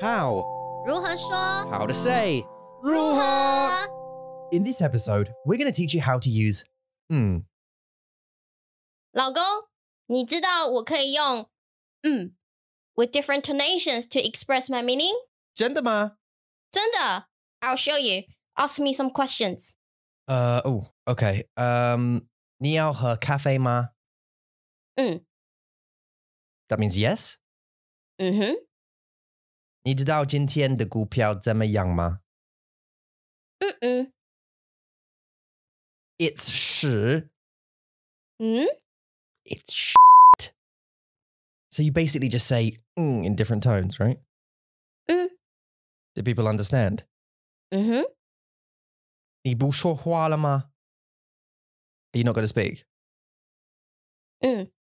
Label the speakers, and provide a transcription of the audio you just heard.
Speaker 1: How?
Speaker 2: 如何说？
Speaker 1: How to say? 如何？In this episode, we're going to teach you how to use hmm.
Speaker 2: 老公，你知道我可以用嗯 with different tonations to express my meaning？
Speaker 1: 真的吗?
Speaker 2: 真的，I'll show you. Ask me some questions.
Speaker 1: Uh oh, okay. Um 你要喝咖啡吗?
Speaker 2: Mm.
Speaker 1: That means yes.
Speaker 2: 嗯哼，
Speaker 1: 你知道今天的股票怎么样吗？
Speaker 2: 嗯嗯
Speaker 1: It's 十.
Speaker 2: 嗯
Speaker 1: It's shit. So you basically just say mm, in different tones, right?
Speaker 2: Mm.
Speaker 1: Do people understand?
Speaker 2: 嗯哼，
Speaker 1: 你不说话了吗? Are you not going to speak?
Speaker 2: 嗯